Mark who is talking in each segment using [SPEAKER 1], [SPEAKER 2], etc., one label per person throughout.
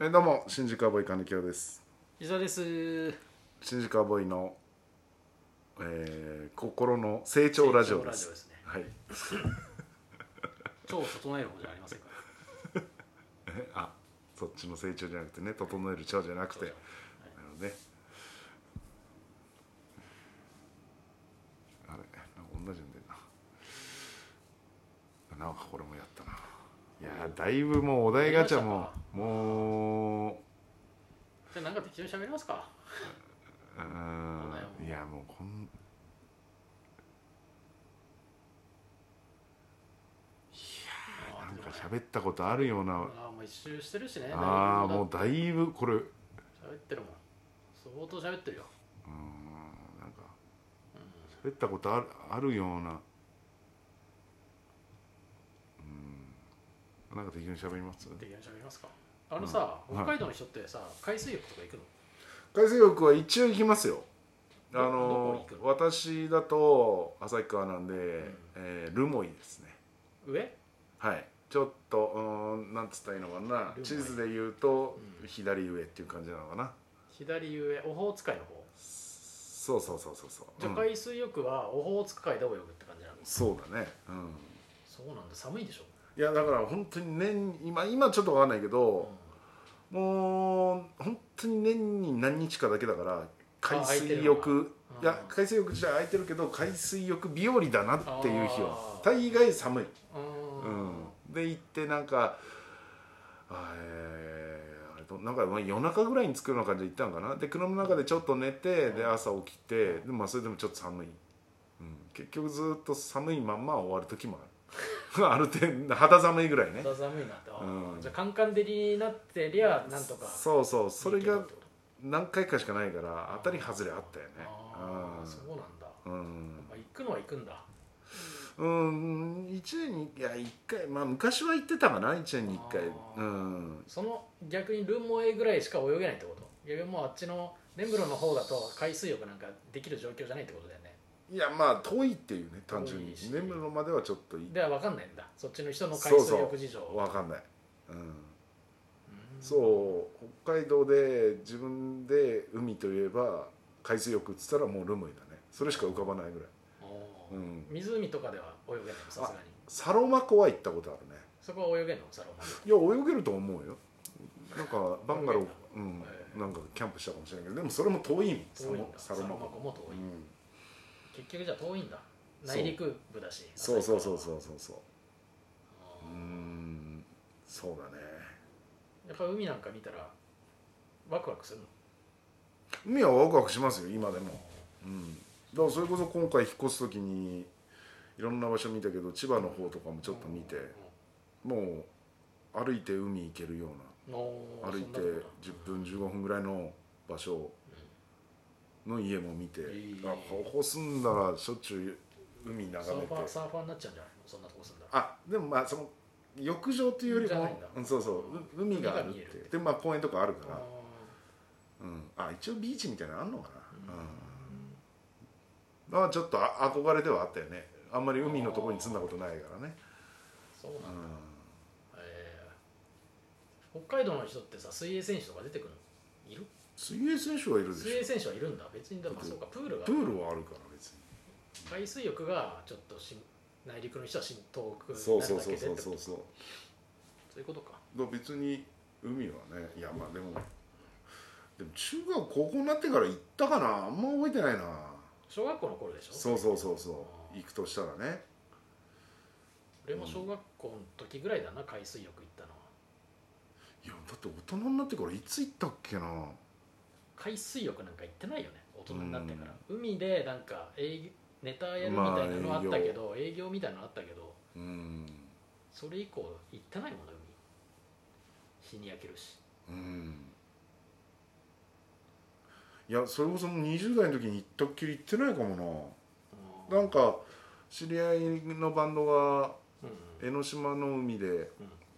[SPEAKER 1] えどうも新宿アボイ金城です
[SPEAKER 2] 伊沢です
[SPEAKER 1] 新宿アボイの、えー、心の成長ラジオです
[SPEAKER 2] 成長ですね
[SPEAKER 1] はい
[SPEAKER 2] 超整える方じゃありませんから
[SPEAKER 1] えあそっちの成長じゃなくてね整える長じゃなくてな
[SPEAKER 2] はい
[SPEAKER 1] ので、あれなんか同じんでんななんかこれもやったないやーだいぶもうお題ガチャももう
[SPEAKER 2] じゃあなんか適当に喋りますか
[SPEAKER 1] うーんいやもうこん
[SPEAKER 2] あ
[SPEAKER 1] なんか
[SPEAKER 2] ー
[SPEAKER 1] 喋ったことあるような
[SPEAKER 2] あーもう一周してるしね
[SPEAKER 1] ああ
[SPEAKER 2] だいぶ
[SPEAKER 1] もうだいぶこれうーん
[SPEAKER 2] 喋ってるもん相当喋ってるよ
[SPEAKER 1] なんか喋ったことあるあるようなうんなんか適当に喋ります
[SPEAKER 2] 適当に喋りますかあのさ、
[SPEAKER 1] うん
[SPEAKER 2] 北海道の人ってさ海水浴とか行くの
[SPEAKER 1] 海水浴は一応行きますよあ
[SPEAKER 2] どど
[SPEAKER 1] の
[SPEAKER 2] こ行くの
[SPEAKER 1] 私だと旭川なんで、
[SPEAKER 2] ん
[SPEAKER 1] えールモイですね
[SPEAKER 2] 上
[SPEAKER 1] はいちょっとうーんなんつったらいいのかな
[SPEAKER 2] ルモイ
[SPEAKER 1] 地図で言うと
[SPEAKER 2] うん
[SPEAKER 1] 左上っていう感じなのかな
[SPEAKER 2] 左上オホーツク海の方
[SPEAKER 1] そうそうそうそうそう
[SPEAKER 2] じゃあ
[SPEAKER 1] うん
[SPEAKER 2] 海水浴はオホーツク海で泳ぐって感じなの、
[SPEAKER 1] そうだねうん
[SPEAKER 2] そうなんだ寒いでしょ、
[SPEAKER 1] いやだから本当に年今今ちょっとわかんないけど、もう本当に年に何日かだけだから海水浴い
[SPEAKER 2] 空いてるのが
[SPEAKER 1] や海水浴自体空いてるけど海水浴日和だなっていう日は
[SPEAKER 2] あ
[SPEAKER 1] 大
[SPEAKER 2] ー
[SPEAKER 1] 概寒い、
[SPEAKER 2] う
[SPEAKER 1] う
[SPEAKER 2] んうん
[SPEAKER 1] ん、で行ってなんかあえーあれとなんかまあ夜中ぐらいに着くような感じで行ったのかなで車の中でちょっと寝てで朝起きてで、まあ、それでもちょっと寒い、うん、結局ずっと寒いまんま終わる 時もあるある程度肌寒いぐらいね
[SPEAKER 2] 肌寒いなって、あー
[SPEAKER 1] うん
[SPEAKER 2] じゃあカンカン照りになってりゃなんとか
[SPEAKER 1] そうそうそれ
[SPEAKER 2] いい
[SPEAKER 1] が
[SPEAKER 2] けどってこと
[SPEAKER 1] 何回かしかないから当たり外れあったよね
[SPEAKER 2] ああそうなんだ、
[SPEAKER 1] うん
[SPEAKER 2] まあ、行くのは行くんだ
[SPEAKER 1] うん、1年にいや1回まあ昔は行ってたかな1年に1回
[SPEAKER 2] あ
[SPEAKER 1] う
[SPEAKER 2] ー
[SPEAKER 1] ん
[SPEAKER 2] その逆にルモエぐらいしか泳げないってこと逆にもうあっちの根室の方だと海水浴なんかできる状況じゃないってことだよね
[SPEAKER 1] いやまあ遠いっていうね単純に
[SPEAKER 2] 遠いし
[SPEAKER 1] 眠るのまではちょっとい
[SPEAKER 2] では分かんないんだそっちの人の海
[SPEAKER 1] そう
[SPEAKER 2] 水
[SPEAKER 1] そう
[SPEAKER 2] 浴事情う
[SPEAKER 1] わかんない、うん、
[SPEAKER 2] ん
[SPEAKER 1] そう北海道で自分で海といえば海水浴っつったらもうルムイだねそれしか浮かばないぐらい、
[SPEAKER 2] おー
[SPEAKER 1] うん、
[SPEAKER 2] 湖とかでは泳げないのさすがに
[SPEAKER 1] サロマ湖は行ったことあるね
[SPEAKER 2] そこは泳げんのサロマ
[SPEAKER 1] い
[SPEAKER 2] 湖
[SPEAKER 1] や泳げると思うよなんかバンガロー、うん
[SPEAKER 2] え、え
[SPEAKER 1] なんかキャンプしたかもしれないけどでもそれも遠いもんサ
[SPEAKER 2] 遠いん
[SPEAKER 1] ロ
[SPEAKER 2] だ
[SPEAKER 1] サ
[SPEAKER 2] サ
[SPEAKER 1] ロ
[SPEAKER 2] ロ
[SPEAKER 1] マ
[SPEAKER 2] マ
[SPEAKER 1] 湖
[SPEAKER 2] 湖も遠い、
[SPEAKER 1] うん
[SPEAKER 2] 結局じゃあ遠いんだ
[SPEAKER 1] そう
[SPEAKER 2] 内陸部だし
[SPEAKER 1] そうそうそう
[SPEAKER 2] う
[SPEAKER 1] そうそうそううーんそうだね
[SPEAKER 2] やっぱ海なんか見たらワクワクするの
[SPEAKER 1] 海はワクワクしますよ今でもうんだからそれこそ今回引っ越す時にいろんな場所見たけど千葉の方とかもちょっと見てもう歩いて海行けるよう
[SPEAKER 2] うんお
[SPEAKER 1] な
[SPEAKER 2] ー
[SPEAKER 1] 歩いて
[SPEAKER 2] そんなとこ
[SPEAKER 1] 10分15分ぐらいの場所の家も見て、
[SPEAKER 2] ええ
[SPEAKER 1] あここ住んだらしょっちゅう海
[SPEAKER 2] だ
[SPEAKER 1] 眺
[SPEAKER 2] サ
[SPEAKER 1] め
[SPEAKER 2] ーフ
[SPEAKER 1] て
[SPEAKER 2] ァーサーファーになっちゃうんじゃないのそんなとこ住んだら
[SPEAKER 1] あでもまあその浴場というより
[SPEAKER 2] じゃない
[SPEAKER 1] も
[SPEAKER 2] んだ
[SPEAKER 1] うんそうそうう海があるって
[SPEAKER 2] 海が見える
[SPEAKER 1] でまあ公園とかあるか
[SPEAKER 2] あ
[SPEAKER 1] らうん、あ一応ビーチみたいなのあんのかな
[SPEAKER 2] う
[SPEAKER 1] うん、まあちょっとあ憧れではあったよねあんまり海のところに住んだことないからね
[SPEAKER 2] ーそうなん
[SPEAKER 1] う
[SPEAKER 2] だ、
[SPEAKER 1] ん
[SPEAKER 2] えー北海道の人ってさ水泳選手とか出てくるのいる
[SPEAKER 1] 水泳選手はいるでし
[SPEAKER 2] 水
[SPEAKER 1] ょ
[SPEAKER 2] 泳選手はいるんだ別にでもあそうかプールが
[SPEAKER 1] プールはあるから別に
[SPEAKER 2] 海水浴がちょっとし内陸の人は浸透くな
[SPEAKER 1] そう
[SPEAKER 2] る
[SPEAKER 1] そう
[SPEAKER 2] だ
[SPEAKER 1] そ
[SPEAKER 2] け
[SPEAKER 1] う
[SPEAKER 2] でって
[SPEAKER 1] そう
[SPEAKER 2] こと
[SPEAKER 1] そうそう
[SPEAKER 2] そういうこと
[SPEAKER 1] だ
[SPEAKER 2] か
[SPEAKER 1] から別に海はねいやまあでもでも中学高校になってから行ったかなあんま覚えてないな
[SPEAKER 2] 小学校の頃でしょ
[SPEAKER 1] そうそうそうそう行くとしたらね
[SPEAKER 2] 俺も小学校の時ぐらいだな海水浴行ったのはい
[SPEAKER 1] やだって大人になってからいつ行ったっけな
[SPEAKER 2] 海水浴なんか行ってないよね大人になってから、海でなんか営業ネタやるみたいなのあったけど、営業みたいなのあったけど
[SPEAKER 1] うん
[SPEAKER 2] それ以降行ってないもんな海日に焼けるし
[SPEAKER 1] うんいやそれこそもう20代の時に行ったっきり行ってないかもななんか知り合いのバンドが
[SPEAKER 2] うん
[SPEAKER 1] 江ノ島の海で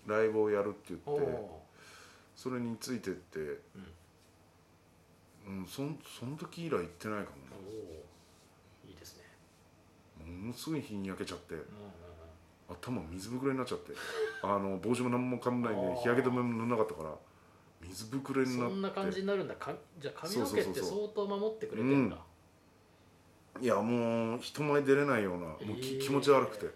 [SPEAKER 1] ライブをやるって
[SPEAKER 2] お
[SPEAKER 1] 言って
[SPEAKER 2] お
[SPEAKER 1] それについてってうんそんその時以来行ってないかも
[SPEAKER 2] おおいいですね、
[SPEAKER 1] なものすごい日に焼けちゃって
[SPEAKER 2] うん
[SPEAKER 1] 頭水ぶくれになっちゃってあの帽子も何もかぶんないで日焼け止めも塗んなかったから水ぶくれに
[SPEAKER 2] そ
[SPEAKER 1] なって
[SPEAKER 2] んな感じになるんだかじゃあ髪の毛
[SPEAKER 1] そう
[SPEAKER 2] っ
[SPEAKER 1] そ
[SPEAKER 2] て
[SPEAKER 1] うそうそ
[SPEAKER 2] 相当守ってくれてんだ、
[SPEAKER 1] いやもう人前出れないようなもうき、
[SPEAKER 2] えー
[SPEAKER 1] 気持ち悪くて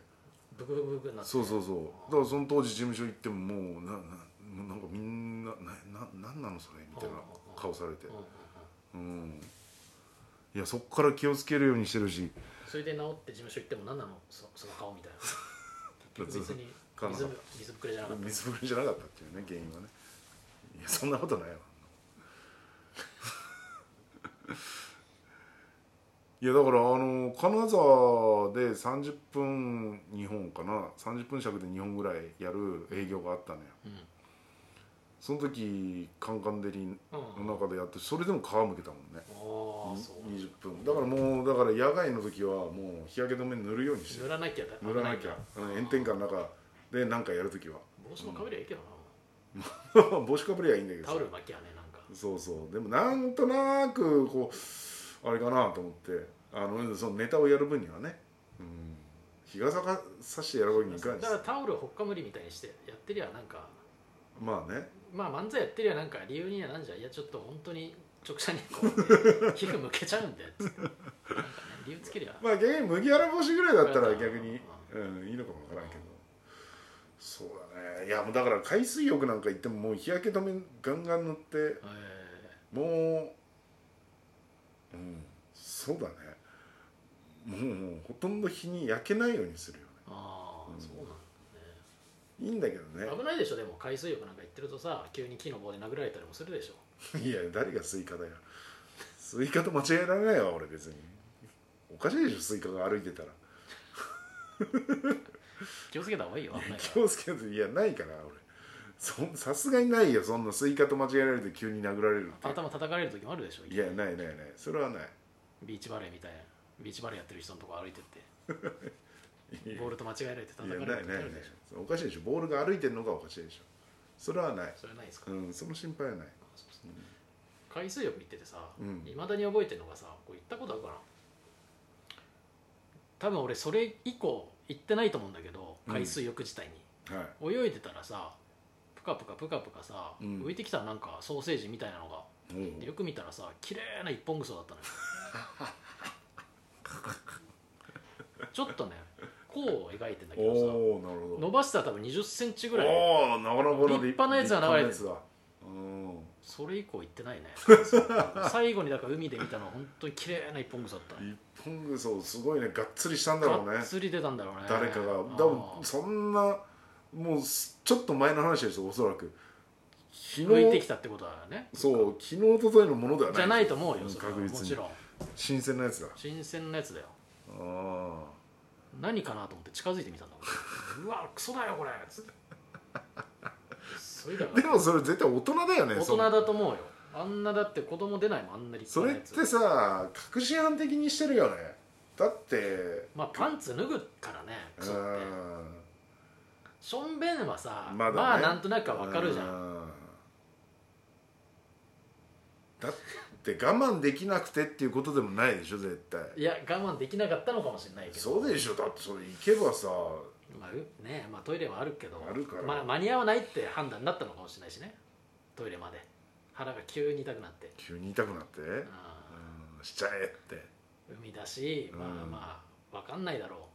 [SPEAKER 2] ブクブクブクになって
[SPEAKER 1] そうそうそうだからその当時事務所行ってももうななもうなんかみんななななんなのそれみたいな顔されて
[SPEAKER 2] うんうんうん
[SPEAKER 1] うんいやそっから気をつけるようにしてるし
[SPEAKER 2] それで治って事務所行っても何なのそその顔みたいな別に
[SPEAKER 1] 彼
[SPEAKER 2] 水
[SPEAKER 1] 女
[SPEAKER 2] ぶ水ぶくれじゃなかった
[SPEAKER 1] 水ぶりじゃなかったっていうね原因はねいやそんなことないわいやだからあの金沢で30分日本かな30分尺で2本ぐらいやる営業があったのよ
[SPEAKER 2] うん
[SPEAKER 1] その時カンカン照り
[SPEAKER 2] うん
[SPEAKER 1] の中でやってそれでも皮むけたもんね
[SPEAKER 2] ああそう
[SPEAKER 1] 20分だからもうだから野外の時はもう日焼け止め塗るようにしてる
[SPEAKER 2] 塗らなきゃだ
[SPEAKER 1] 塗らなきゃ
[SPEAKER 2] 危ないんだ
[SPEAKER 1] 炎天下の中で何かやる時は
[SPEAKER 2] 帽子もかぶりゃいいけどな、
[SPEAKER 1] 帽子かぶりゃいいんだけど
[SPEAKER 2] タオル巻きはねなんか
[SPEAKER 1] そうそうでもなんとなくこうあれかなと思ってあのそのネタをやる分にはね、うん、日傘かさしてやる分にはいかんし
[SPEAKER 2] だからタオルをほっかむりみたいにしてやってりゃなんか
[SPEAKER 1] まあね
[SPEAKER 2] まあ漫才やってりゃなんか理由にはなんじゃんいやちょっと本当に直射にこう 皮膚むけちゃうんだよつってなんかね理由つけりゃ
[SPEAKER 1] まあ逆に麦わら帽子ぐらいだったら
[SPEAKER 2] うん
[SPEAKER 1] 逆に、うん、いいのかもわからんけどそうだねいやもうだから海水浴なんか行ってももう日焼け止めガンガン塗って
[SPEAKER 2] え
[SPEAKER 1] もう、うん、そうだねもうもうほとんど日に焼けないようにするよね
[SPEAKER 2] ー、ああ、
[SPEAKER 1] うん
[SPEAKER 2] そう
[SPEAKER 1] いいんだけどね
[SPEAKER 2] なんだ危ないでしょでも海水浴なんか行ってるとさ急に木の棒で殴られたりもするでしょ
[SPEAKER 1] いや誰がスイカだよスイカと間違えられないわ俺別におかしいでしょスイカが歩いてたら
[SPEAKER 2] 気をつけた方がいいよ危ないか
[SPEAKER 1] 気をつけ ていやないから俺そんさすがにないよそんなスイカと間違えられて急に殴られる
[SPEAKER 2] ら
[SPEAKER 1] っ
[SPEAKER 2] 頭叩かれる時もあるでして
[SPEAKER 1] い
[SPEAKER 2] ょ
[SPEAKER 1] やないないないそれはない
[SPEAKER 2] ビーチバレーみたいなビーチバレーやってる人のとこ歩いてっ
[SPEAKER 1] い
[SPEAKER 2] てボールと間違えられて
[SPEAKER 1] い
[SPEAKER 2] 叩
[SPEAKER 1] や
[SPEAKER 2] か
[SPEAKER 1] ないな
[SPEAKER 2] れる
[SPEAKER 1] い
[SPEAKER 2] 時
[SPEAKER 1] な
[SPEAKER 2] あ
[SPEAKER 1] い
[SPEAKER 2] るでしょ
[SPEAKER 1] おかしいでしょボールが歩いてるのがおかしいでしょそれはない
[SPEAKER 2] それはないですか
[SPEAKER 1] うんその心配はない
[SPEAKER 2] そうそうそう海水浴行っててさ
[SPEAKER 1] うん
[SPEAKER 2] いま、未だに覚えてるのがさこう行ったことあるかな多分俺それ以降行ってないと思うんだけど
[SPEAKER 1] うん
[SPEAKER 2] 海水浴自体に、
[SPEAKER 1] はい
[SPEAKER 2] 泳いでたらさプカプカプカプカさ、
[SPEAKER 1] うん
[SPEAKER 2] 浮いてきたなんかソーセージみたいなのが
[SPEAKER 1] もう
[SPEAKER 2] でよく見たらさ綺麗な一本ぐそだっ たのよちょっとね弧を描いてんだけど
[SPEAKER 1] おおなる
[SPEAKER 2] さ
[SPEAKER 1] ほ
[SPEAKER 2] 伸ばしたら多分2 0センチぐらい
[SPEAKER 1] どおおなかなかの
[SPEAKER 2] 立派なやつが流れて
[SPEAKER 1] 立派な
[SPEAKER 2] る
[SPEAKER 1] やつだうん
[SPEAKER 2] それ以降行っ てないね最後にだから海で見たのは本当に綺麗な一本草だったね
[SPEAKER 1] 一本ぐそうすごいねがっつりしたんだろうね
[SPEAKER 2] がっつり出たんだろうね
[SPEAKER 1] 誰かが
[SPEAKER 2] あ
[SPEAKER 1] 多
[SPEAKER 2] ー
[SPEAKER 1] 分そんなもうすちょっと前の話ですよおそらく昨
[SPEAKER 2] 浮いて
[SPEAKER 1] 日
[SPEAKER 2] きたってことだよね
[SPEAKER 1] そう昨日一昨日のものではない
[SPEAKER 2] じゃないと思うよ
[SPEAKER 1] ん
[SPEAKER 2] それは
[SPEAKER 1] 確
[SPEAKER 2] も
[SPEAKER 1] 実
[SPEAKER 2] ち
[SPEAKER 1] に
[SPEAKER 2] ろん
[SPEAKER 1] 新鮮なやつだ
[SPEAKER 2] 新鮮なやつだよ
[SPEAKER 1] ああ
[SPEAKER 2] 何かなと思って近づいてみたんだ 俺うわクソだよこれつってそれだか
[SPEAKER 1] で
[SPEAKER 2] ら
[SPEAKER 1] もそれ絶対大人だよね
[SPEAKER 2] 大
[SPEAKER 1] そ
[SPEAKER 2] 人
[SPEAKER 1] の
[SPEAKER 2] だと思うよあんなだって子供出ないもんあんな立
[SPEAKER 1] それっ
[SPEAKER 2] 派なやつ
[SPEAKER 1] てさ確信犯的にしてるよねだって
[SPEAKER 2] まあパンツ脱ぐからねクソって
[SPEAKER 1] う
[SPEAKER 2] しょんべんはさ
[SPEAKER 1] まだね
[SPEAKER 2] まあなんとなくはわかるじゃん
[SPEAKER 1] んだって我慢できなくてっていうことでもないでしょ絶対
[SPEAKER 2] いや我慢できなかったのかもしれないけど
[SPEAKER 1] そうでしょだってそれ行けばさ
[SPEAKER 2] まあうねまあ、トイレはあるけど
[SPEAKER 1] あるから
[SPEAKER 2] まあ、間に合わないって判断になったのかもしれないしねトイレまで腹が急に痛くなって、
[SPEAKER 1] 急に痛くなって、うん
[SPEAKER 2] う、ん
[SPEAKER 1] しちゃえって
[SPEAKER 2] 海だしまあ
[SPEAKER 1] うん
[SPEAKER 2] まあ分かんないだろ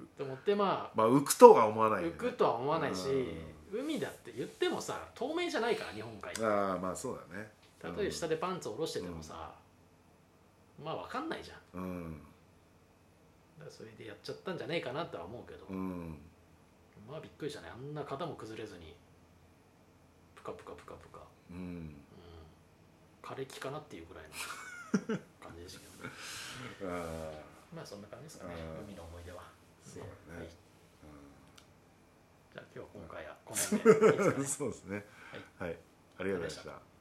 [SPEAKER 2] うと思ってま
[SPEAKER 1] まあ浮くとは思わ
[SPEAKER 2] あ
[SPEAKER 1] ないよ
[SPEAKER 2] 浮
[SPEAKER 1] ね
[SPEAKER 2] くとは思わないし、海だって言ってもさ透明じゃないから日本海って
[SPEAKER 1] ああまあそうだね
[SPEAKER 2] たとえ下でパンツを下ろしててもさ、まあ分かんないじゃん
[SPEAKER 1] うん
[SPEAKER 2] だからそれでやっちゃったんじゃねえかなとは思うけど、
[SPEAKER 1] うん
[SPEAKER 2] まあびっくりしたねあんな肩も崩れずにプカプカプカプカ
[SPEAKER 1] うん
[SPEAKER 2] うん枯れ木かなっていうぐらいの 感じでしたけどね
[SPEAKER 1] ああ
[SPEAKER 2] まあそんな感じですかね
[SPEAKER 1] うん
[SPEAKER 2] 海の思い出は
[SPEAKER 1] そうだね
[SPEAKER 2] はいじゃあ今日は今回はこの辺でいいですか
[SPEAKER 1] うん そ
[SPEAKER 2] ね
[SPEAKER 1] うですねはい、ありがとうございました